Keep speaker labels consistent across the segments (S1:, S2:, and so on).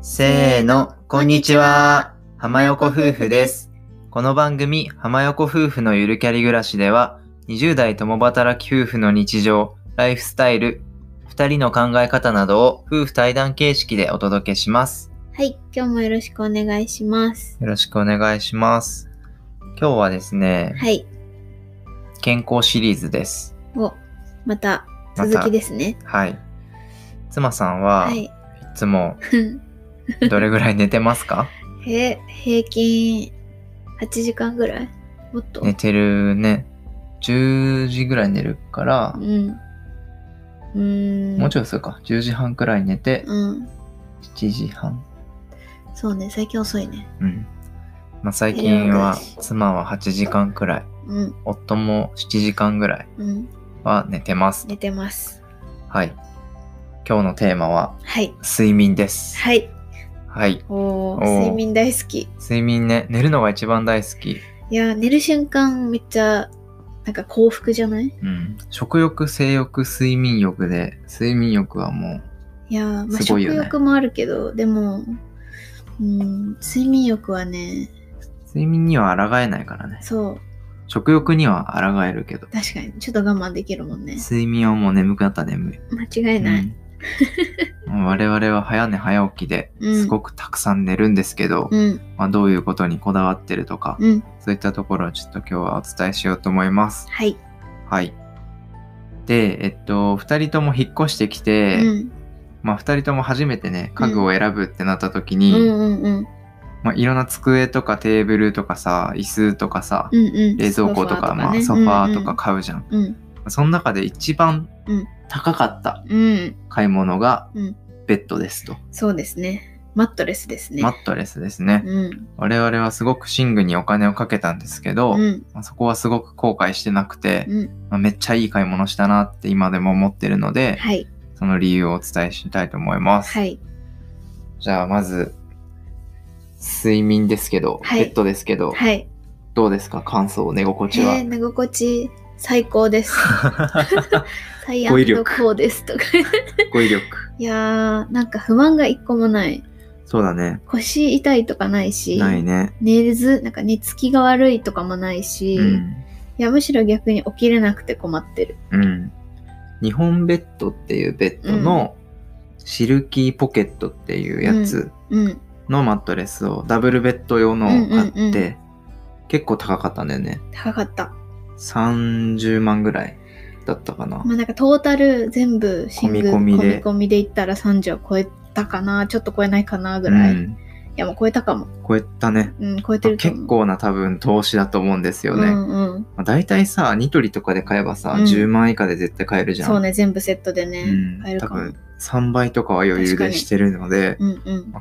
S1: せーの、こんにちは。浜横夫婦です。この番組、浜横夫婦のゆるキャリ暮らしでは、20代共働き夫婦の日常、ライフスタイル、2人の考え方などを夫婦対談形式でお届けします。
S2: はい、今日もよろしくお願いします。
S1: よろしくお願いします。今日はですね、
S2: はい、
S1: 健康シリーズです。
S2: お、また
S1: また
S2: 続きですね。
S1: はい。妻さんは、
S2: はいい。
S1: つもどれぐらい寝てます か
S2: へ、平均8時間ぐらいもっと、
S1: 寝てるね。10時ぐらい寝るから
S2: う、ん。うーん。
S1: もうちょいするか。10時半くらい寝て、
S2: うん。
S1: 7時半。
S2: そうね、最近遅いね。
S1: うん。まあ、最近は
S2: 早起き、
S1: 妻は8時間くらい、
S2: うん、
S1: 夫も7時間ぐらい
S2: うん。
S1: は寝てます。
S2: 寝てます。
S1: はい。今日のテーマは、
S2: はい。
S1: 睡眠です。
S2: はい。
S1: はい。
S2: お
S1: お
S2: ー
S1: ー
S2: 睡眠大好き。
S1: 睡眠ね、寝るのが一番大好き。
S2: いや、寝る瞬間めっちゃ、なんか幸福じゃない
S1: うん。食欲、性欲、睡眠欲で、睡眠欲はもう、
S2: いやー、まあ、
S1: すご
S2: 食
S1: いよね
S2: 欲もあるけど、でも、うん、睡眠欲はね、
S1: 睡眠には抗えないからね。
S2: そう、
S1: 食欲には抗えるけど、
S2: 確かにちょっと我慢できるもんね
S1: 睡眠はもう眠くなったら眠い。
S2: 間違いない、
S1: うん 我々は早寝早起きで
S2: うん
S1: すごくたくさん寝るんですけど、
S2: うん
S1: まあ、どういうことにこだわってるとか、
S2: うん
S1: そういったところをちょっと今日はお伝えしようと思います。
S2: はい、
S1: はい。で、えっと、2人とも引っ越してきて、
S2: うん
S1: まあ、2人とも初めてね家具を選ぶってなった時
S2: う
S1: に、
S2: んうんうん
S1: まあ、いろんな机とかテーブルとかさ椅子とかさ、
S2: うんうん
S1: 冷蔵庫とかまあ、ソ
S2: ソ
S1: フ
S2: フ
S1: ァ
S2: ァ
S1: ー
S2: ー
S1: と
S2: と
S1: か
S2: かね
S1: 買うじゃん。
S2: うん
S1: その中で一番
S2: うん
S1: 高かった
S2: うん、うん、
S1: 買い物が
S2: うん
S1: ベッドですと。
S2: そうですねマットレスですね
S1: マットレスですね。
S2: うん
S1: 我々はすごく寝具にお金をかけたんですけど、
S2: うん
S1: まあそこはすごく後悔してなくて、
S2: うん
S1: まあめっちゃいい買い物したなって今でも思ってるので、
S2: はい
S1: その理由をお伝えしたいと思います。
S2: はい
S1: じゃあまず、睡眠ですけど、
S2: はい
S1: ベッドですけど、
S2: はい
S1: どうですか感想、寝心地は。
S2: えー、寝心地最高です サイア
S1: 語彙
S2: ンド
S1: 力
S2: コーですとか
S1: 語彙力。
S2: いやーなんか不満が一個もない
S1: そうだね。
S2: 腰痛いとかないし
S1: ないね。
S2: 寝れずなんか寝つきが悪いとかもないし、
S1: うん。
S2: いやむしろ逆に起きれなくて困ってる
S1: うん。日本ベッドっていうベッドの、シルキーポケットっていうやつ、
S2: うん
S1: のマットレスをダブルベッド用の
S2: うんうんうん
S1: 買って、結構高かったんだよね
S2: 高かった
S1: 30万ぐらいだったかな、
S2: まあなんかトータル全部シングル
S1: 込
S2: 込
S1: み込み
S2: み
S1: で
S2: 込みでいったら30を超えたかなちょっと超えないかなぐ
S1: う
S2: らい、い
S1: ん、
S2: やもう超えたかも
S1: 超えたね
S2: うん超えてると思う
S1: 結構な多分投資だと思うんですよね、ま
S2: うんうん
S1: あ、大体さニトリとかで買えばさ、
S2: うん
S1: 10万以下で絶対買えるじゃん
S2: そうね全部セットでね、
S1: うん
S2: 買える
S1: 多
S2: かも
S1: 分3倍とかは余裕
S2: 確か
S1: で
S2: に
S1: してるので
S2: うんうん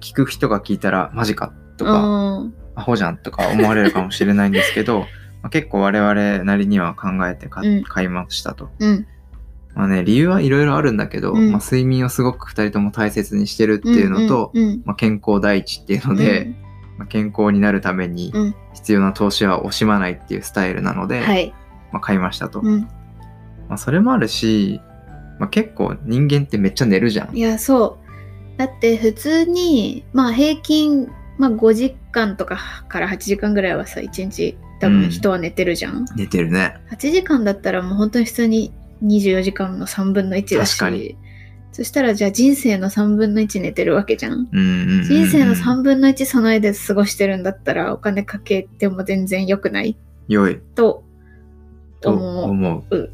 S1: 聞く人が聞いたらマジかとか、
S2: うん
S1: アホじゃんとか思われるかもしれないんですけど まあ結構我々なりには考えて買,、
S2: うん
S1: 買いましたと
S2: うん
S1: まあね、理由はいろいろあるんだけど、
S2: うん
S1: まあ、睡眠をすごく2人とも大切にしてるっていうのと、
S2: うんうん
S1: まあ、健康第一っていう
S2: う
S1: の
S2: ん
S1: で、まあ、健康になるために
S2: うん
S1: 必要な投資は惜しまないっていうスタイルなの
S2: う
S1: で、
S2: んはい
S1: まあ、買いましたと、
S2: うん
S1: まあ、それもあるし、まあ、結構人間ってめっちゃ寝るじゃん
S2: いやそうだって普通にまあ平均、まあ、5時間とかから8時間ぐらいはさ1日多
S1: うん
S2: 分人は寝てるじゃん、
S1: 寝てるね
S2: 8時間だったらもう本当に普通に24時間の3分の1だし
S1: 確かに
S2: そしたらじゃあ人生の3分の1寝てるわけじゃん
S1: うんうんうんうん
S2: 人生の3分の1その間過ごしてるんだったらお金かけても全然良くない
S1: 良い
S2: と
S1: と
S2: 思う
S1: 思う
S2: うん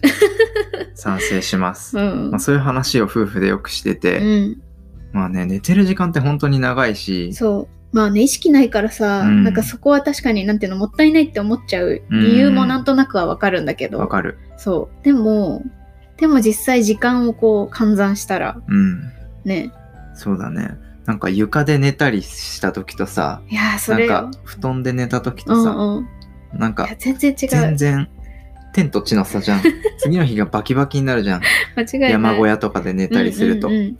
S1: 賛成します、
S2: うん
S1: まあ、そういう話を夫婦でよくしてて、
S2: うん
S1: まあね寝てる時間って本当に長いし
S2: そうまあね意識ないからさ、
S1: うん
S2: なんかそこは確かになんていうのもったいないって思っちゃう
S1: うん
S2: 理由もなんとなくはわかるんだけど、
S1: わかる
S2: そうでもでも実際時間をこう換算したら
S1: うん
S2: ね
S1: そうだね。なんか床で寝たりした時とさ、
S2: いやーそ
S1: な
S2: れ
S1: ん
S2: よ
S1: か布団で寝た時
S2: う
S1: とさ、
S2: んうん
S1: なん
S2: い
S1: か
S2: や全然違う
S1: 全然天と地の差じ ゃん。次の日がバキバキになるじゃん。
S2: 間違いない
S1: 山小屋とかで寝たりすると。
S2: うんうんうん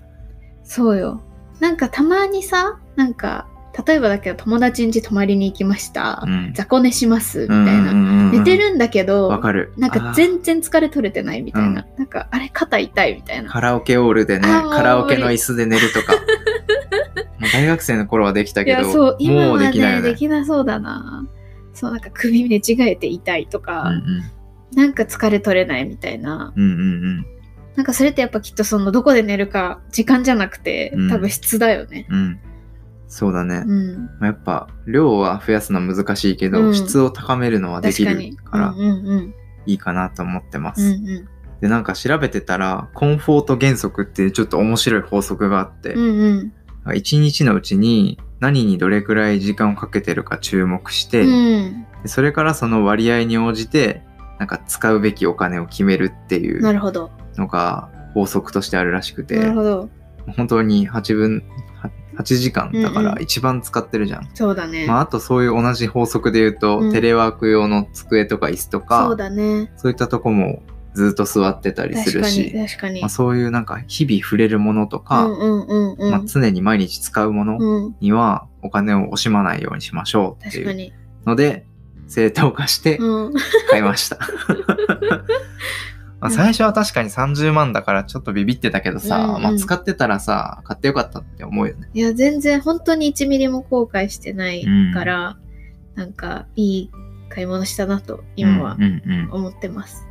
S2: そうよなんかたまにさなんか例えばだけど友達ん家泊まりに行きました、
S1: うん
S2: 雑魚寝しますみ
S1: う
S2: た
S1: ん
S2: い
S1: うん
S2: な、
S1: うんうん
S2: 寝てるんだけど
S1: わかる
S2: なんか
S1: あー
S2: 全然疲れ取れてないみたいな、なんかあれ肩痛いみたいな
S1: カラオケオールでね
S2: あーもう
S1: カラオケの椅子で寝るとかもう大学生の頃はできた
S2: い
S1: け
S2: や
S1: ど
S2: そう今
S1: もう
S2: は
S1: で
S2: ね
S1: きないよ
S2: で
S1: ね
S2: きなそうだなそうなんか首寝違えて痛いと
S1: うんう
S2: か、
S1: ん
S2: なんか疲れ取れないみたいな
S1: うんうん
S2: なんかそれってやっぱきっとそのどこで寝るか時間じゃなくて、
S1: うん
S2: 多分質だよね
S1: うんうんそうだね、
S2: うん
S1: まあやっぱ量は増やすのは難しいけど、
S2: うん
S1: 質を高めるのはでき
S2: 確か
S1: る
S2: に
S1: から
S2: うんうんうん
S1: いいかなと思ってます、
S2: うんうん
S1: でなんか調べてたらコンフォート原則っていうちょっと面白い法則があって、
S2: うんうん
S1: 1日のうちに何にどれくらい時間をかけてるか注目して、
S2: うん
S1: でそれからその割合に応じてなんか使うべきお金を決めるってい
S2: な
S1: う
S2: るほど
S1: のが法則としてあるらしくて
S2: なるほど
S1: 本当に8分は8時間だか
S2: うん
S1: ら
S2: うん
S1: 一番使ってるじゃん、
S2: そうだね、
S1: まあ、あとそういう同じ法則で言うと、
S2: うん
S1: テレワーク用の机とか椅子とか
S2: そうだね
S1: そういったとこもずっと座ってたりす
S2: 確
S1: る
S2: か
S1: し
S2: に、確かに
S1: まあ、そういうなんか日々触れるものとか、
S2: うんうんうんうん、
S1: まあ、常に毎日使うもの
S2: うん
S1: にはお金を惜しまないようにしましょうって
S2: 確
S1: い
S2: か
S1: う
S2: に、
S1: ので正当化して
S2: うん、
S1: 買いま した。まあ最初は確かに30万だからちょっとビビってたけどさ、
S2: うんうん
S1: まあ、使ってたらさ買ってよかったって思うよね。
S2: いや全然本当に1ミリも後悔してないから、なんかいい買い物したなと今は
S1: うんうんうん
S2: 思ってます。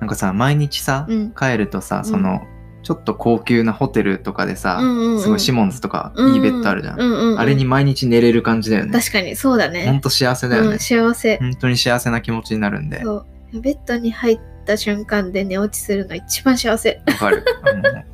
S1: なんかさ毎日さ、
S2: うん
S1: 帰るとさ
S2: ん
S1: その、ちょっと高級なホテルとかでさ、
S2: うんうんうん
S1: すごいシモンズとか
S2: うんうん
S1: いいベッドあるじゃん、
S2: うんうんうん
S1: あれに毎日寝れる感じだよね
S2: 確かにそうだ
S1: ほん
S2: ね。
S1: と幸せだよ
S2: う
S1: ね
S2: ん、、幸せ、
S1: 本当に幸せな気持ちになるんでわ
S2: そうベッドに入った瞬間で寝落ちするの一番幸せ。
S1: かるあのね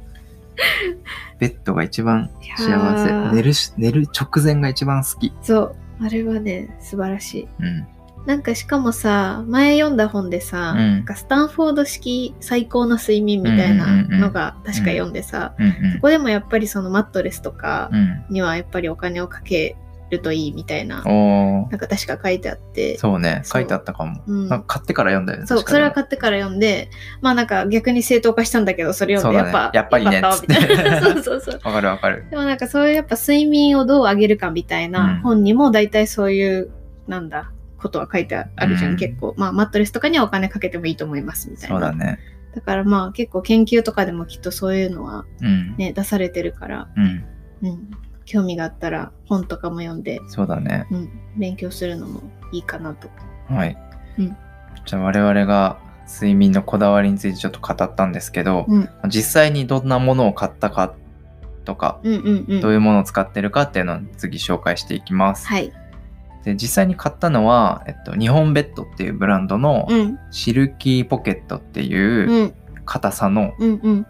S1: ベッドが一番
S2: いや
S1: 幸
S2: ー
S1: せ寝るし寝る直前が一番好き
S2: そうあれはね素晴らしい。
S1: うん
S2: なんかしかもさ前読んだ本でさ、
S1: うん
S2: なんかスタンフォード式最高の睡眠みたいなのが確か読んでさ、
S1: うん
S2: そこでもやっぱりそのマットレスとか
S1: うんうん
S2: にはやっぱりお金をかけるといいみたいな
S1: おー
S2: なんか確か書いてあって
S1: そうね
S2: そう
S1: 書いてあったかも
S2: うん
S1: なんか買ってから読んだよね
S2: そう
S1: 確か
S2: それは買ってから読んでまあなんか逆に正当化したんだけどそれ読んで、
S1: そうだ
S2: や
S1: ね
S2: っぱよかったわみ
S1: やっぱりね
S2: たい
S1: つっ
S2: な
S1: て
S2: そうそうそう
S1: わかるわかる
S2: でもなんかそういうやっぱ睡眠をどう上げるかみたい
S1: うん
S2: な本にも大体そういうなんだことは書いてあるじゃん、
S1: うん
S2: 結構まあマットレスとかにはお金かけてもいいと思いますみたいな
S1: そうだね
S2: だからまあ結構研究とかでもきっとそういうのは
S1: うん
S2: ね出されてるから、
S1: うん
S2: うん、興味があったら本とかも読んで
S1: そうだね
S2: うん、勉強するのもいいかなと。
S1: はい。
S2: うん
S1: じゃあ我々が睡眠のこだわりについてちょっと語ったんですけど、
S2: うん、
S1: 実際にどんなものを買ったかとか、
S2: うん、うん、うん。
S1: どういうものを使ってるかっていうのを次紹介していきます。
S2: はい。
S1: で実際に買ったのは、えっと、日本ベッドっていうブランドの
S2: うん、
S1: シルキーポケットって
S2: う、
S1: いうん硬さの
S2: うん、うん。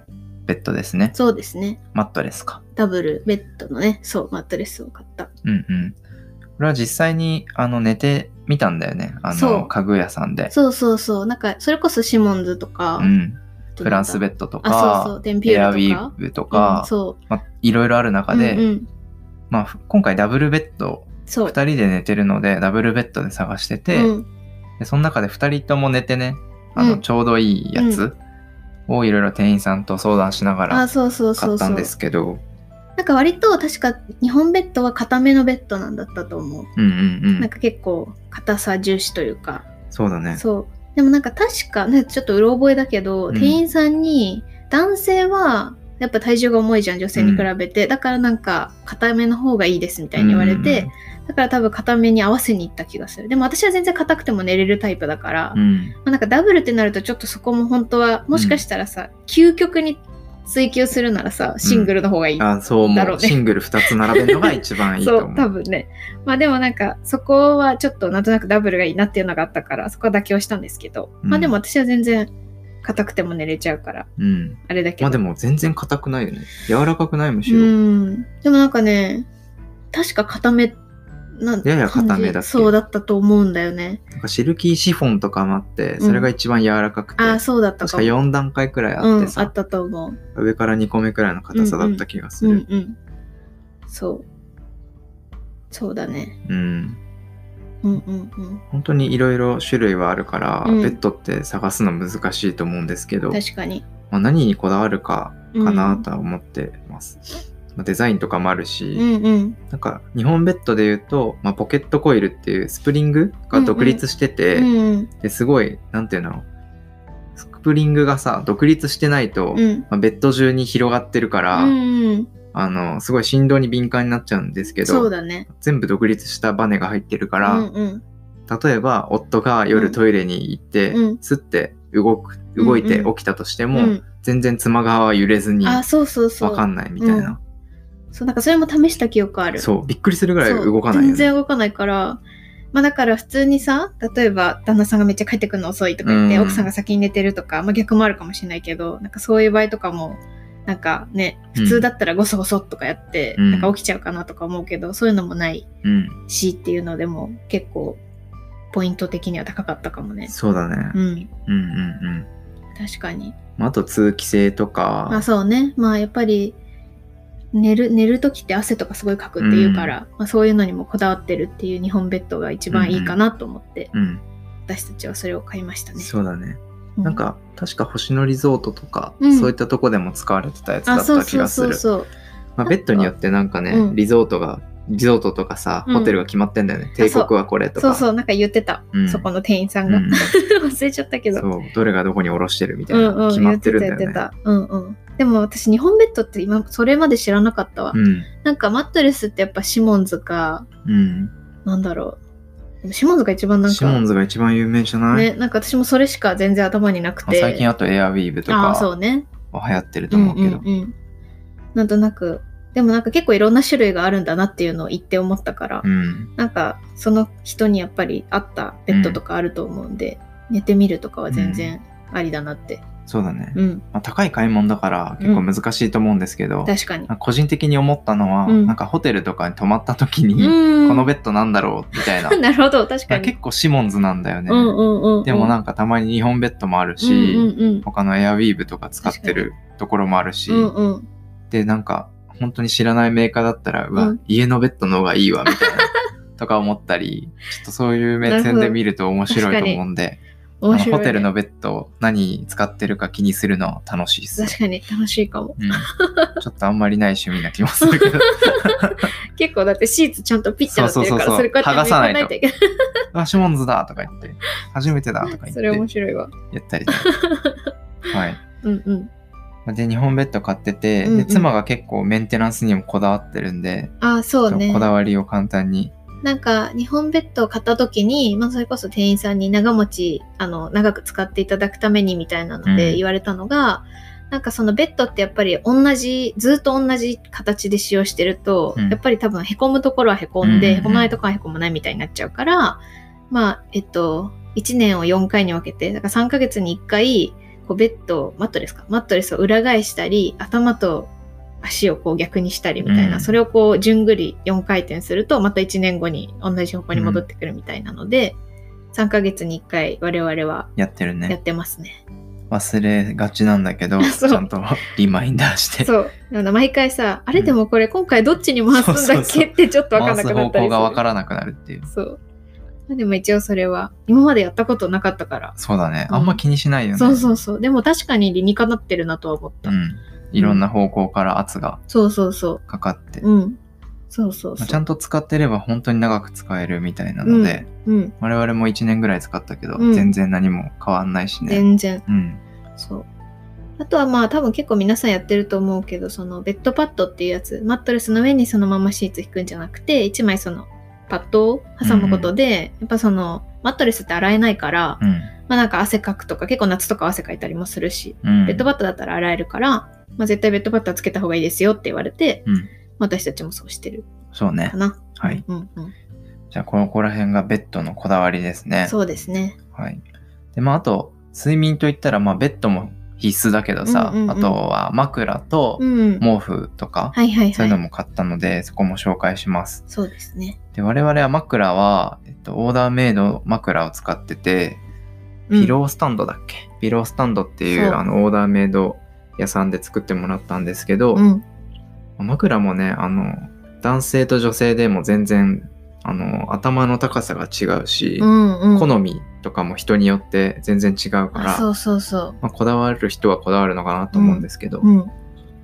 S1: ベッドですね。
S2: そうですね。
S1: マットレスか。
S2: ダブルベッドのね、そう、マットレスを買った。
S1: うんうん。これは実際にあの寝てみたんだよね。あ
S2: そ
S1: の
S2: う
S1: 家具屋さんで。
S2: そうそうそう。なんか、それこそシモンズとか、
S1: うん、フランスベ
S2: ッ
S1: ッドと
S2: あ、そうそ
S1: か
S2: う、、デンピュ
S1: エアウ
S2: ー
S1: ィ
S2: ルとか
S1: ー。ブと
S2: うん
S1: か、
S2: そう。
S1: まあ、いろいろある中で、
S2: うんうん、
S1: まあ、ふ今回ダブルベッド
S2: そう。
S1: 2人で寝てるのでダブルベッドで探してて、
S2: うん、
S1: でその中で2人とも寝てねあの、
S2: うん
S1: ちょうどいいやつをいろいろ店員さんと相談しなが
S2: あ、
S1: ら
S2: そうそうそ
S1: 買っ
S2: うそ
S1: た
S2: うん
S1: で。すけど
S2: なんか割と確か日本ベッドは固めのベッドなんだったと思う。
S1: うんうんう
S2: なん
S1: ん
S2: か結構硬さ重視というか、
S1: そうだね
S2: そうでもなんか確かねちょっとうろ覚えだけど、
S1: うん
S2: 店員さんに男性はやっぱ体重が重いじゃん女性に比べて、だからなんか硬めの方がいいですみたいに言われて、だから多分硬めに合わせに行った気がするでも私は全然硬くても寝れるタイプだから、
S1: う
S2: ま
S1: ん
S2: あ、なんかダブルってなるとちょっとそこも本当はもしかしたらさ、究極に追求するならさシングルの方がいい、
S1: あそう思
S2: だ
S1: う
S2: ろうね
S1: シングル2つ並べるのが一番いいと
S2: そ
S1: 思
S2: う
S1: う
S2: 多分ねまあでもなんかそこはちょっとなんとなくダブルがいいなっていうのがあったからそこは妥協したんですけど、
S1: うん
S2: まあでも私は全然硬くても寝れちゃうから
S1: うん
S2: あれだけど
S1: まあでも全然硬くないよね柔らかくないむし
S2: う
S1: ろ、
S2: んでもなんかね確か硬めなん
S1: やや硬めだっけ
S2: 感じそうだったと思うんだよね
S1: なんかシルキーシフォンとかもあってそれが一番柔らかくて、
S2: ああそうだった
S1: 確
S2: か
S1: か
S2: も
S1: 4段階くらいあ
S2: う
S1: っ
S2: ん
S1: て、さ、
S2: あったと思う
S1: 上から2個目くらいの硬さだった気がす
S2: うん
S1: る。
S2: うんそうそうだね
S1: うん、
S2: うんうんうん
S1: 本当にいろいろ種類はあるから、
S2: うん
S1: ベッドって探すの難しいと思うんですけど、
S2: 確かに
S1: まあ、何にこだわるか
S2: うん
S1: かなとは思ってます。まあデザインとかもあるし、
S2: うんうん
S1: なんか日本ベッドで言うと、まあ、ポケットコイルっていうスプリングが独立してて、
S2: うん
S1: ですごいなんていうんだろうスプリングがさ独立してないと、
S2: うん
S1: まあ、ベッド中に広がってるから、
S2: うんうん
S1: あのすごい振動に敏感になっちゃうんですけ
S2: そう
S1: ど
S2: だね
S1: 全部独立したバネが入ってるから、
S2: うんうん
S1: 例えば夫が
S2: う
S1: 夜
S2: ん
S1: トイレに行って、
S2: うん
S1: すって動く動いて
S2: うんう
S1: 起きたとしても、
S2: うん
S1: 全然妻側は揺れずに
S2: あ
S1: わ
S2: そうそうそう
S1: かんないみたいな、
S2: そうなんかそれも試した記憶ある
S1: そうびっくりするぐらい
S2: そう
S1: 動かないよ
S2: 全
S1: ね。
S2: 然動かないからまあだから普通にさ例えば旦那さんがめっちゃ帰ってくるの遅いとか言って、
S1: うん
S2: 奥さんが先に寝てるとか、まあ、逆もあるかもしれないけどなんかそういう場合とかもなんかね
S1: うん
S2: 普通だったらゴソゴソとかやって、
S1: うん
S2: なんか起きちゃうかなとか思うけどそういうのもない
S1: うん
S2: しっていうのでも結構ポイント的には高かったかもね。
S1: そうだね、
S2: うん
S1: うんうんうん
S2: 確かに
S1: まああと通気性とか、
S2: まあそうねまあやっぱり寝る寝る時って汗とかすごいかくっていうから、まあ、そういうのにもこだわってるっていう日本ベッドが一番いいかなと思って、
S1: うん、
S2: 私たちはそれを買いましたね。
S1: そうだね。
S2: う
S1: なんか、確か星野リゾートとか、
S2: うん
S1: そういったとこでも使われてたやつだ
S2: あ
S1: っ
S2: そう
S1: た気
S2: そう
S1: がす
S2: そう
S1: る。
S2: そう
S1: まあ、ベッドによってなんかね、
S2: うん
S1: リゾートが、リゾートとかさ、
S2: うん
S1: ホテルが決まってんだよね。帝国はこれと
S2: そう
S1: か。
S2: そうなんか言ってた、
S1: うん
S2: そこの店員さん
S1: う
S2: が、
S1: ん
S2: 忘れちゃったけど
S1: そうどれがどこに下ろしてるみたい
S2: ん
S1: な、
S2: うん
S1: 決まってるんだよ
S2: 言って
S1: ね。
S2: た言ってたうんうんでも私日本ベッドって今それまで知らなかったわ、
S1: うん。
S2: なんかマットレスってやっぱシモンズか
S1: うん。
S2: なんだろうでもシモンズが一番なんか
S1: シモンズが一番有名じゃない、
S2: ねなんか私もそれしか全然頭になく
S1: まあ
S2: て
S1: 最近あとエアウィーブと
S2: ああそう
S1: か
S2: ね
S1: は流行ってると思うけど。
S2: んうんうん、なんとなくでもなんか結構いろんな種類があるんだなっていうのを言って思ったから、
S1: うん。
S2: なんかその人にやっぱり合ったベッドとかあると思うんで、寝てみるとかは全然ありだなって、
S1: そうだね。
S2: うん、
S1: まあ、高い買い物だから結構難しいと思うんですけど、
S2: 確かに。
S1: まあ個人的に思ったのは、
S2: うん
S1: なんかホテルとかに泊まった時に、
S2: こ
S1: このベッドなんだろうみたいな。
S2: なるほど、確
S1: い
S2: か
S1: や
S2: に。
S1: 結構シモンズなんだよね。
S2: うんうんうんうん、
S1: でも
S2: ん
S1: なんかたまに日本ベッドもあるし、
S2: うんうん
S1: 他のエアウィーブとか使ってるところもあるし、
S2: うんうんうん、
S1: でなんか本当に知らないメーカーだったら、うわ、
S2: うん
S1: 家のベッドの方がいいわみたい なとか思ったり、ちょっとそういう目線で見ると面白いと思うんで、あ
S2: 面
S1: の
S2: 白い、ね。
S1: ホテルのベッド何使ってるか気にするの楽しいです。
S2: 確かに楽しいかも。
S1: うん、ちょっとあんまりない趣味な気もするけ ど
S2: 結構だってシーツちゃんとピッてなってる
S1: そうそ
S2: から、
S1: うそうそう
S2: それこうやって
S1: 剥がさないと
S2: めくらいといけ
S1: あシモンズだとか言って初めてだとか
S2: な
S1: 言
S2: い。
S1: っ
S2: そ
S1: て
S2: れ
S1: や
S2: 面白いわ。
S1: ったり とかはい
S2: うんうん。
S1: で日本ベッド買ってて、
S2: うんう
S1: で
S2: ん
S1: 妻が結構メンテナンスにもこだわってるんで、
S2: ああ、そう
S1: そ
S2: ね
S1: の。こだわりを簡単に
S2: なんか日本ベッドを買った時に、まあ、それこそ店員さんに長持ちあの長く使っていただくためにみたいなの
S1: う
S2: で
S1: ん
S2: 言われたのが、なんかそのベッドってやっぱり同じずっと同じ形で使用してると、
S1: うん
S2: やっぱり多分へこむところはへこんで、
S1: うんうん
S2: へこまないところはへこまないみたいになっちゃうからまあえっと1年を4回に分けてだから3ヶ月に1回こうベッドをマットレスかマットレスを裏返したり頭と足をこう逆にしたりみたいな、
S1: うん
S2: それをこう順繰り4回転するとまた1年後に同じ方向に戻ってくるみたいなので、3ヶ月に1回我々は
S1: やってる
S2: やっ
S1: ね
S2: てますね。
S1: 忘れがちなんだけどち
S2: そう
S1: ゃんとリマインダーして
S2: そうあの毎回さあれ
S1: うん
S2: でもこれ今回どっちに回すん
S1: そ
S2: だ
S1: う
S2: っ
S1: そう
S2: け
S1: そう
S2: ってちょっと分か
S1: 回
S2: んな
S1: す
S2: くな
S1: 方
S2: ったり
S1: 向
S2: する
S1: がわからなくなるっていう
S2: そうまあでも一応それは今までやったことなかったから、
S1: そうだね
S2: うん
S1: あんま気にしないよね、
S2: そうそうそうでも確かに理にかなってるなとは思った、
S1: うんいろんな方向から圧が
S2: そうそうそ
S1: かかって、
S2: ううんそうそう
S1: ま
S2: そ
S1: あ
S2: う
S1: ちゃんと使ってれば本当に長く使えるみたいなので、
S2: うん
S1: 我々も1年ぐらい使ったけど、
S2: うん
S1: 全然何も変わんないしね
S2: 全然
S1: うん
S2: そう。あとはまあ多分結構皆さんやってると思うけど、そのベッドパッドっていうやつ、マットレスの上にそのままシーツ引くんじゃなくて、1枚そのパッドを挟むことで、やっぱそのマットレスって洗えないから、
S1: うん
S2: まあなんか汗かくとか、結構夏とか汗かいたりもするし、
S1: うん
S2: ベッドパッドだったら洗えるから、まあ絶対ベッドパッドはつけた方がいいですよって言われて、
S1: うん
S2: まあ私たちもそうしてる
S1: そうね
S2: かな。
S1: はい
S2: うんうん。
S1: じゃあここら辺がベッドのこだわりですね
S2: そうですね。
S1: はい。で、まあ、あと、睡眠といったら、まあ、ベッドも必須だけどさ、
S2: うんうんうん
S1: あとは枕と
S2: うん。
S1: 毛布とか、
S2: はいはい
S1: そう
S2: はいいう
S1: の。も買ったので、そこも紹介します。
S2: そうですね。
S1: で、我々は枕は、えっと、オーダーメイド枕を使ってて、
S2: うん
S1: ピロースタンドだっけ、ピロースタンドっていう
S2: そう
S1: あのオーダーメイド屋さんで作ってもらったんですけど、
S2: うん。
S1: 枕もね、あの、男性と女性でも全然、あの、頭の高さが違うし、
S2: うんうん。
S1: 好みとかも人によって全然違うか
S2: あ
S1: ら、
S2: そうそうそ
S1: まあ、こだわる人はこだわるのかなと思うんですけど、
S2: う。うん。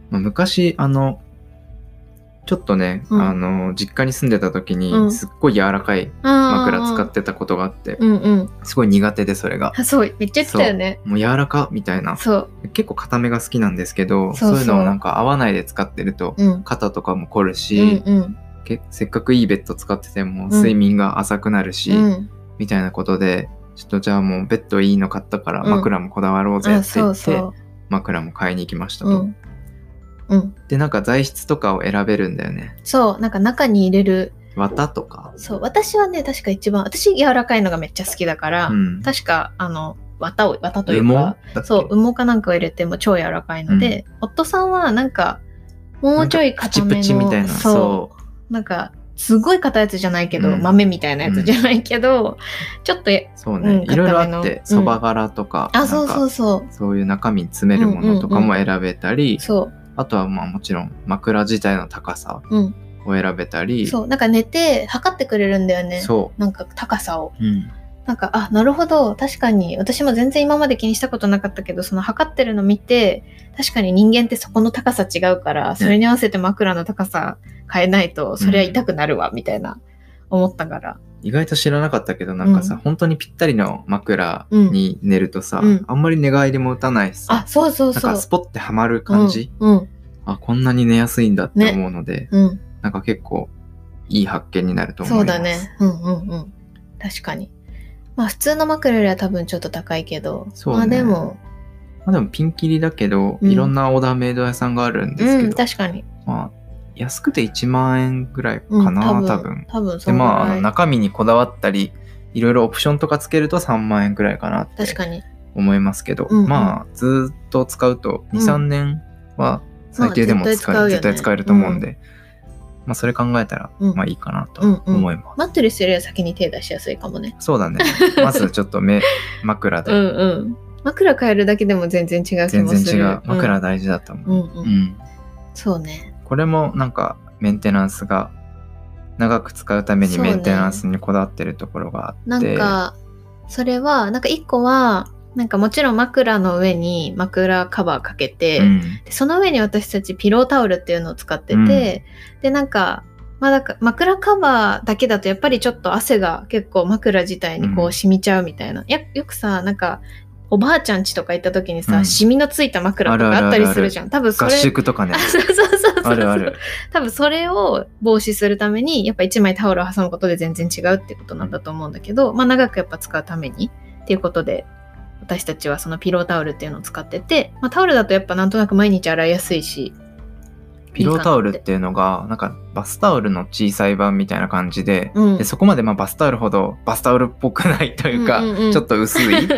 S1: まあ、昔あのちょっとね、
S2: うん
S1: あの実家に住んでた時
S2: うん。
S1: にすっごい柔らかい枕使っててたことがあって、
S2: うんうん。
S1: すごい苦手でそれが。
S2: あそう、めっちゃ言ってたよね。
S1: もう柔らかみたいな
S2: そう。
S1: 結構硬めが好きなんですけど
S2: そ
S1: そうう
S2: そう
S1: いうのをなんか合わないで使ってると
S2: うん。
S1: 肩とかも凝る
S2: う
S1: し、
S2: んうん。
S1: けせっかくいいベッド使ってても
S2: ん
S1: 睡眠が浅くなるし、
S2: うん。
S1: みたいなことでちょっとじゃあもうベッドいいの買ったから
S2: うん
S1: 枕もこだわろうぜ
S2: あ、
S1: って
S2: そ
S1: 言
S2: う
S1: って、
S2: そ
S1: 枕も買いに行きました
S2: う。う
S1: と、
S2: ん。うん。
S1: でなんか材質とかを選べるんだよね
S2: そう、なんか中に入れる。
S1: 綿とか、
S2: そう、私はね、確か一番、私柔らかいのがめっちゃ好きだから、
S1: うん、
S2: 確か、あの、綿を、綿とい
S1: 羽
S2: う
S1: 毛
S2: か、
S1: だっけ
S2: そう、羽毛かなんかを入れても超柔らかいので、夫さんはなんか、もうちょい
S1: なんかプチ
S2: 固めの
S1: プチみたいな
S2: そう
S1: そう
S2: なんか、すごい硬いやつじゃないけど、
S1: うん
S2: 豆みたいなやつじゃないけど、ちょっとや、
S1: そう
S2: うん
S1: ね、いろいろあっ
S2: 硬めの
S1: てそば柄とか,、
S2: あ、そう
S1: なん
S2: そ
S1: か
S2: うそう。
S1: そういう中身に詰めるものとかも選べたり、
S2: そ
S1: あとはまあもちろん枕自体の高さ
S2: う。うん。
S1: を選べたり
S2: そう。なんか寝て、測ってくれるんだよね。
S1: そ
S2: なんか高さを。
S1: う、うん、
S2: なんか、あ、なるほど。確かに、私も全然今まで気にしたことなかったけど、その測ってるの見て、確かに人間ってそこの高さ違うから、それに合わせて枕の高さ変えないと、そりゃ痛くなるわ、みたいな、思ったから。
S1: 意外と知らなかったけどなんかさ、
S2: うん
S1: 本当にぴったりの枕に寝るとさ、
S2: うん
S1: あんまり寝返りも打たないし
S2: あ
S1: さ、、
S2: そうそう
S1: なん
S2: そう。
S1: かスポッてはまる感じ、
S2: うん。
S1: あこんなに寝やすいんだって思うので、
S2: うん。うん
S1: なんか結構いい発見になると思い
S2: そ
S1: ま
S2: う
S1: す
S2: だね。うんうんうん。確かに。まあ、普通の枕よりは多分ちょっと高いけど、
S1: そうね
S2: まあでも、
S1: まあ、でもピンキリだけど、
S2: うん
S1: いろんなオーダーメイド屋さんがあるんです
S2: う
S1: け
S2: ん、
S1: ど、
S2: 確かに。
S1: まあ、安くて1万円ぐらい
S2: うん、
S1: かな、多分
S2: 多分そ
S1: で
S2: のぐ
S1: まああ
S2: ら
S1: の
S2: い。
S1: 中身にこだわったりいろいろオプションとかつけると3万円ぐらいかなって
S2: 確かに。
S1: 思いますけど、
S2: うんうん
S1: まあずっと使うと
S2: うん
S1: 23、年は最低でも
S2: まあ
S1: 使える、
S2: 絶
S1: 絶
S2: 対
S1: 対
S2: 使
S1: 使
S2: うよね
S1: えると思うんで、まあそれ考えたら、
S2: うん
S1: まあいいかなと思います、
S2: マットレスよりは先に手出しやすいかもね。
S1: そうだ ねまずちょっと目枕
S2: う
S1: で
S2: んうん。枕変えるだけでも全然違う気
S1: 全
S2: もす
S1: 然
S2: る。
S1: 違う、枕
S2: うん
S1: 大事だと思う、
S2: うんう。
S1: うんん
S2: そうね。
S1: これもなんかメンテナンスが長く使うために
S2: そうね
S1: メンテナンスにこだわってるところがあって
S2: なんか、それは、なんか一個は、なんかもちろん枕の上に枕カバーかけて、
S1: うん
S2: でその上に私たちピロータオルっていうのを使ってて、
S1: うん
S2: でなんか,、まあ、なんか枕カバーだけだとやっぱりちょっと汗が結構枕自体にこ
S1: う
S2: うん染みちゃうみたいな、やよくさなんかおばあちゃん家とか行った時にさ、
S1: うん
S2: シミのついた枕とかあったりするじゃん多分そ
S1: 合
S2: れ
S1: 宿とかね
S2: あ そうそうそうそう
S1: あるあ る
S2: 多分それを防止するためにやっぱ一枚タオルを挟むことで全然違うってことなんだと思うんだけど、まあ、長くやっぱ使うためにっていうことで私たちはそのピロータオルっていうのを使ってて、まあ、タオルだとやっぱなんとなく毎日洗いやすいし
S1: ピロータオルっていうのがなんかバスタオルの小さい版みたいな感じで,、
S2: うん
S1: でそこまでまあバスタオルほどバスタオルっぽくないというか、
S2: うんうんうん
S1: ちょっと薄い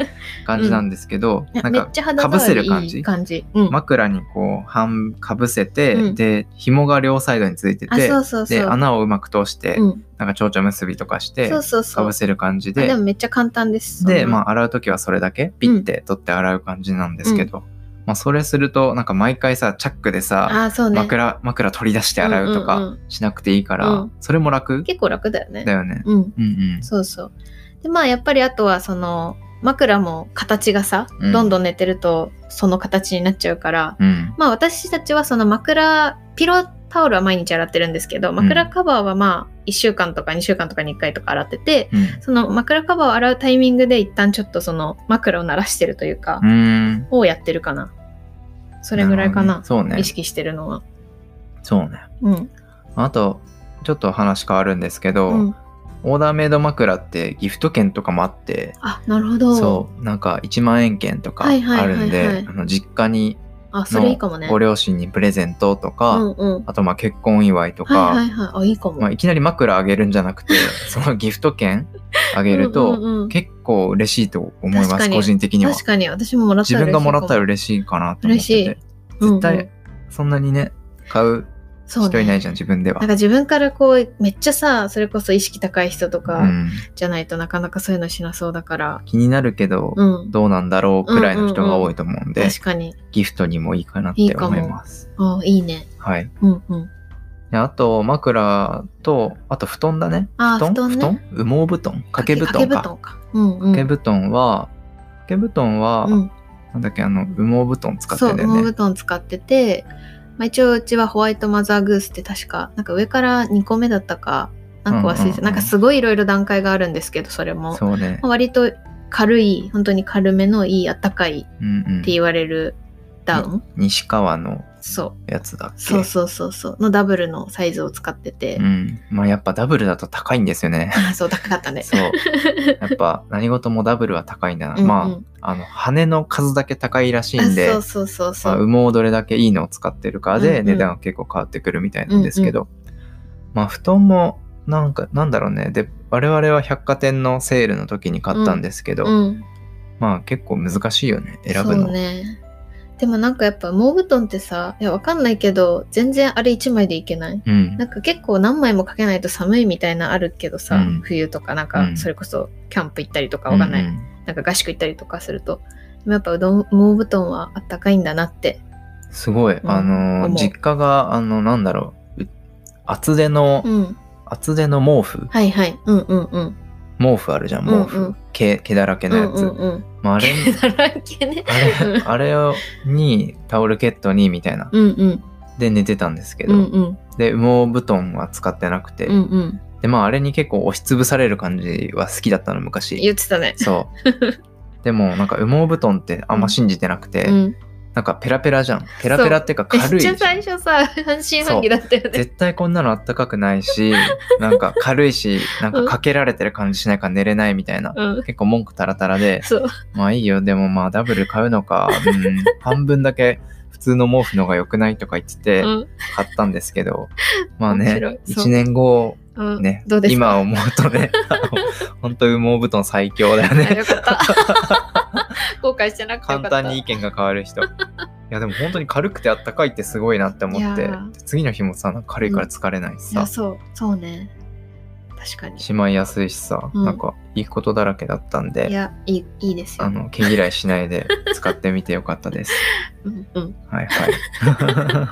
S1: 感じなんですけど、
S2: いや
S1: なん
S2: めっ
S1: か
S2: ちゃ肌触
S1: 被せる
S2: り
S1: 感
S2: い
S1: じ
S2: い感じ、うん
S1: 枕にこう半かぶせて、
S2: うん
S1: で紐が両サイドについて
S2: あ
S1: て
S2: そうそうそう
S1: で穴をうまく通して、
S2: うん、
S1: なんか蝶々結びとかして
S2: そうそう
S1: か
S2: そう
S1: ぶせる感じで
S2: あでもめっちゃ簡単です
S1: で、
S2: そんな
S1: まあ、洗う時はそれだけピッて取って洗う感じなんですけど、まあ、それするとなんか毎回さチャックでさ、
S2: あそうね
S1: 枕枕取り出して洗うと
S2: んん
S1: か
S2: ん
S1: しなくていいから、
S2: うん
S1: それも楽
S2: 結構楽だよね
S1: だよね。
S2: うん
S1: うんうん、
S2: そうそう。でまあやっぱりあとはその枕も形がさ、
S1: うん
S2: どんどん寝てるとその形になっちゃうから
S1: うん
S2: まあ私たちはその枕ピロータオルは毎日洗ってるんですけど枕カバーはまあ1週間とか2週間とかに1回とか洗ってて
S1: うん
S2: その枕カバーを洗うタイミングで一旦ちょっとその枕を鳴らしてるというか、
S1: うーん
S2: をやってるかなそれぐらいかな
S1: るほどね
S2: 意
S1: そうね
S2: 識してるのは
S1: そうね
S2: うん
S1: あとちょっと話変わるんですけど、
S2: うん
S1: オーダーメイド枕ってギフト券とかもあって
S2: あなるほど
S1: そうなんか1万円券とかあ
S2: はいはいはいはい
S1: るんであの実家に
S2: あそれいいかもね
S1: のご両親にプレゼントとか、
S2: うんうん
S1: あとまあ結婚祝いとか、
S2: はいはいはいあいいかも、
S1: まあ、いきなり枕あげるんじゃなく てそのギフト券あげると、
S2: うんうんうん
S1: 結構嬉しいと思いま
S2: 確か
S1: す
S2: に
S1: 個人的には
S2: 確かに私ももらった
S1: 自
S2: ら
S1: 分がもらったら
S2: 嬉
S1: 嬉しいかなと思ってて
S2: しいかも
S1: 絶
S2: うんう
S1: 対
S2: ん
S1: そんなにね買う
S2: そう
S1: 人いないじ
S2: ゃん
S1: ゃん、自分では
S2: なんか自分からこうめっちゃさそれこそ意識高い人と
S1: う
S2: か
S1: ん、
S2: じゃないとなかなかそういうのしなそうだから
S1: 気になるけど、
S2: うん、
S1: どうなんだろうくらいの人が多いと思うんで、
S2: 確かに
S1: ギフトにもいいかなっ
S2: いい
S1: て
S2: か
S1: 思
S2: も
S1: います
S2: あいいね
S1: はい
S2: うんうん
S1: であと枕とあと布団だね
S2: あ
S1: 布団
S2: 布団ね
S1: 羽毛布団掛け布団か
S2: 掛け布団かうんうん
S1: 掛け布団は掛け布団は、
S2: うん
S1: なんだっけあの羽毛布団使って
S2: そ
S1: ん
S2: う
S1: だよ
S2: 羽毛
S1: ね
S2: 布団使っててまあ、一応うちはホワイトマザーグースって確かなんか上から2個目だったかなんか忘れて、
S1: うんうんうん
S2: なんかすごいいろいろ段階があるんですけどそれも
S1: そうね。
S2: まあ割と軽い本当に軽めのいいあったかいっ
S1: うんうん
S2: て。言われるダウン、
S1: 西川の
S2: そう
S1: やつだっけ
S2: そうそうそうそうのダブルのサイズを使ってて、
S1: うん。まあやっぱダブルだと高いんですよ ね。
S2: あそう高かったね
S1: そう。やっぱ何事もダブルは高いんだな。
S2: うんうん
S1: まあ、あの、羽の数だけ高いらしいんで、
S2: あそうそうそうそ
S1: まあ、
S2: う、
S1: 羽毛どれだけいいのを使ってるか
S2: うん
S1: で
S2: うん
S1: 値段は結構変わってくるみたいなんですけど、まあ布団もなんかなんだろうねで我々は百貨店のセールの時に買ったんですけど、
S2: うん、
S1: まあ結構難しいよね選ぶの
S2: そうねでもなんかやっぱ毛布団ってさいやわかんないけど全然あれ1枚でいけない
S1: うん
S2: なんか結構何枚もかけないと寒いみたいなあるけどさ、
S1: うん
S2: 冬とかなん
S1: う
S2: か
S1: ん
S2: それこそキャンプ行ったりとかわかんない、
S1: うんうん
S2: なんか合宿行ったりとかするとでもやっぱうどん毛布団はあったかいんだなって
S1: すごい、
S2: うん
S1: あの
S2: 思う
S1: 実家があのなんだろうう厚手の、
S2: うん
S1: 厚手の毛布
S2: はいはいうんうんうん
S1: 毛布あるじゃん毛布、
S2: うんうん
S1: 毛毛だらけ
S2: う
S1: のや
S2: ん
S1: つ、
S2: うんうん
S1: まあ、あれ
S2: だらけね
S1: あ れあれをにタオルケットにみたいな
S2: うんうん
S1: で寝てたんですけ
S2: う
S1: ど、
S2: んうん
S1: で羽毛布団は使ってなくて、
S2: うんうん
S1: でまああれに結構押しつぶされる感じは好きだったの昔
S2: 言ってたね
S1: そうでもなんか羽毛布団ってあんま信じてなくて、
S2: うん
S1: なんかペラペラじゃんペラペラっていうか
S2: め
S1: 軽
S2: っ
S1: い
S2: ち
S1: じ
S2: ゃ
S1: ゃ
S2: 最
S1: ん
S2: 初さ半信半疑だったよね
S1: 絶対こんなのあったかくない しなんか軽いしなんかかけられてる感じしないから寝れないみたいな、
S2: うん
S1: 結構文句たらたらで
S2: そう
S1: まあいいよでもまあダブル買うのか、 うん、半分だけ普通の毛布の方が良くないとか言ってて
S2: うん
S1: 買ったんですけど、まあ
S2: 面
S1: ね
S2: 白いそう
S1: 1年後
S2: うん
S1: ね、
S2: どうですか
S1: 今思うとね あの本当羽毛布団最強だよ
S2: あ
S1: ね
S2: よかった後悔してなくて
S1: 簡
S2: よかった
S1: 単に意見が変わる 人いやでも本当に軽くてあったかいってすごいなって思って
S2: いやー
S1: で次の日もさなんか軽いから疲れないし
S2: いや
S1: さ、
S2: そうそうね確かに
S1: しまいやすいしさ、
S2: うん
S1: なんかいいことだらけだったん
S2: い
S1: で
S2: やいいいいですよ
S1: あの毛嫌いしないで使ってみてよかった です
S2: うんうん
S1: はいは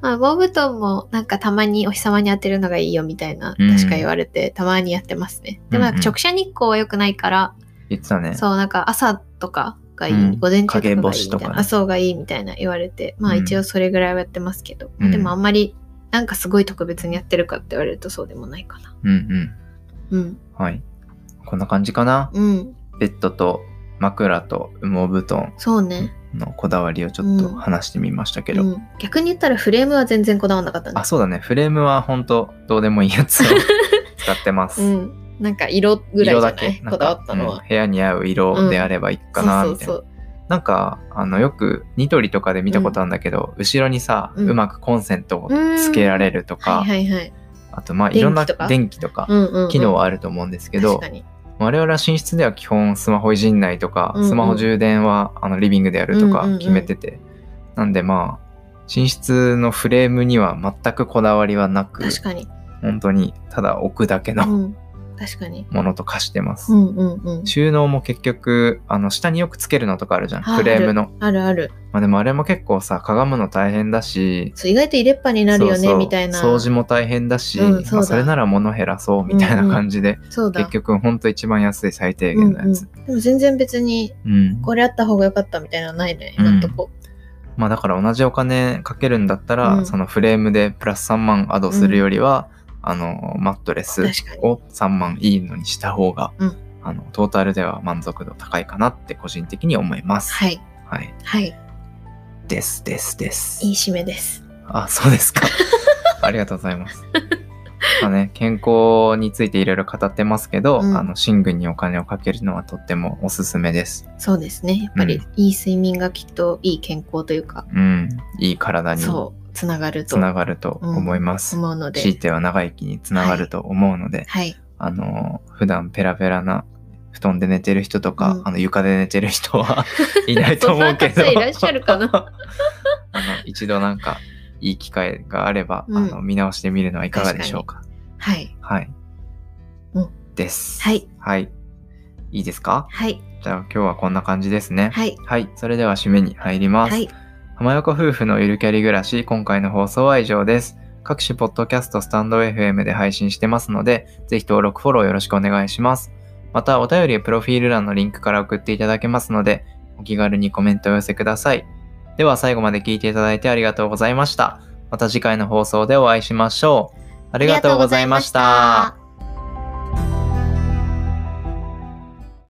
S2: まあ羽毛布団もなんかたまにお日様に当てるのがいいよみたいな
S1: うん
S2: 確か言われてたまにやってますねでもなんか
S1: うんうん
S2: 直射日光は良くないから
S1: い 言ってたね
S2: そうなんか朝とかがいい、
S1: うん
S2: 午前中とかがいいみ
S1: 陰干したと
S2: い
S1: か
S2: な
S1: ね
S2: あそうがいいみたいな言われてまあ
S1: うん
S2: 一応それぐらいはやってますけど、
S1: うん
S2: でもあんまりなんかすごい特別にやってるかって言われるとそうでもないかな
S1: うんうん
S2: うん
S1: はいこんな感じかな
S2: うん
S1: ベッドと枕と羽毛布団
S2: そうね、
S1: のこだわりをちょっと話してみましたけど、
S2: うん、逆に言ったらフレームは全然こだわんなかったね
S1: あそうだねフレームは本当どうでもいいやつ を使ってます、
S2: うんなんか色ぐらいじゃない
S1: なんか
S2: こだわったの
S1: う
S2: は
S1: ん、部屋に合う色であればいいかなみたいな、
S2: う
S1: なんかあのよくニトリとかで見たことあるんだけど、後ろにさ、
S2: う
S1: うんまくコンセントをつけられるとか、
S2: はいはいはい
S1: あとまあ
S2: 電気
S1: いろんな
S2: とか
S1: 電気とか
S2: うんうんうん
S1: 機能はあると思うんですけど、
S2: 確かに
S1: 我々は寝室では基本スマホいじんないとか、
S2: うんうん
S1: スマホ充電はあのリビングでやると
S2: うんうんう
S1: か
S2: ん
S1: 決めてて、なんでまあ寝室のフレームには全くこだわりはなく
S2: 確かに、
S1: 本当にただ置くだけの
S2: うん、確かに
S1: ものと化してます、
S2: うんうんうん
S1: 収納も結局あの下によくつけるのとかあるじゃん
S2: はい
S1: フレームの、
S2: あるある
S1: まあ、でもあれも結構さかがむの大変だし
S2: そう意外と入れっぱになるよ
S1: そう
S2: ね
S1: そう
S2: みたいな
S1: 掃除も大変だし、
S2: うんそうだ
S1: まあ、それなら物減らそうみたいな感じで、
S2: そうだ
S1: 結局ほんと一番安い最低限のやつ、
S2: うんうんでも全然別に
S1: うん
S2: これあった方が良かったみたいなのはないね今んとこ、
S1: まあ、だから同じお金かけるんだったら、
S2: うん
S1: そのフレームでプラス3万アドするよりは、あのマットレス
S2: 確かに
S1: を3万いいのにした方が、
S2: うん
S1: あのトータルでは満足度高いかなって個人的に思います。
S2: はい
S1: はい
S2: はい
S1: ですですです
S2: いい締めです
S1: あそうです かありがとうございますまあね健康についていろいろ語ってますけど、
S2: うん
S1: あの寝具にお金をかけるのはとってもおすすめです
S2: そうですねやっぱり、
S1: うん
S2: いい睡眠がきっといい健康というか、
S1: うんいい体に
S2: そうつながる
S1: つ
S2: と
S1: ながると思います、
S2: 思うので
S1: 強いては長生きにつながると思うので、
S2: はい
S1: あの普段ペラペラな布団で寝てる人とか、
S2: うん
S1: あの床で寝てる人 はいない と思うけ
S2: そ
S1: ど
S2: んな方いらっしゃるかな
S1: あの一度なんかいい機会があれば、
S2: うん
S1: あの見直してみるのはいかがでしょうか
S2: はい
S1: はい、
S2: うん
S1: です
S2: はい
S1: はいいいですか
S2: はい
S1: じゃあ今日はこんな感じですね
S2: はい
S1: はい、それでは締めに入ります、
S2: はい
S1: 浜横夫婦のゆるキャリ暮らし、今回の放送は以上です。各種ポッドキャスト、スタンド FM で配信してますので、ぜひ登録、フォローよろしくお願いします。また、お便りやプロフィール欄のリンクから送っていただけますので、お気軽にコメントをお寄せください。では最後まで聞いていただいてありがとうございました。また次回の放送でお会いしましょう。ありがとうございました。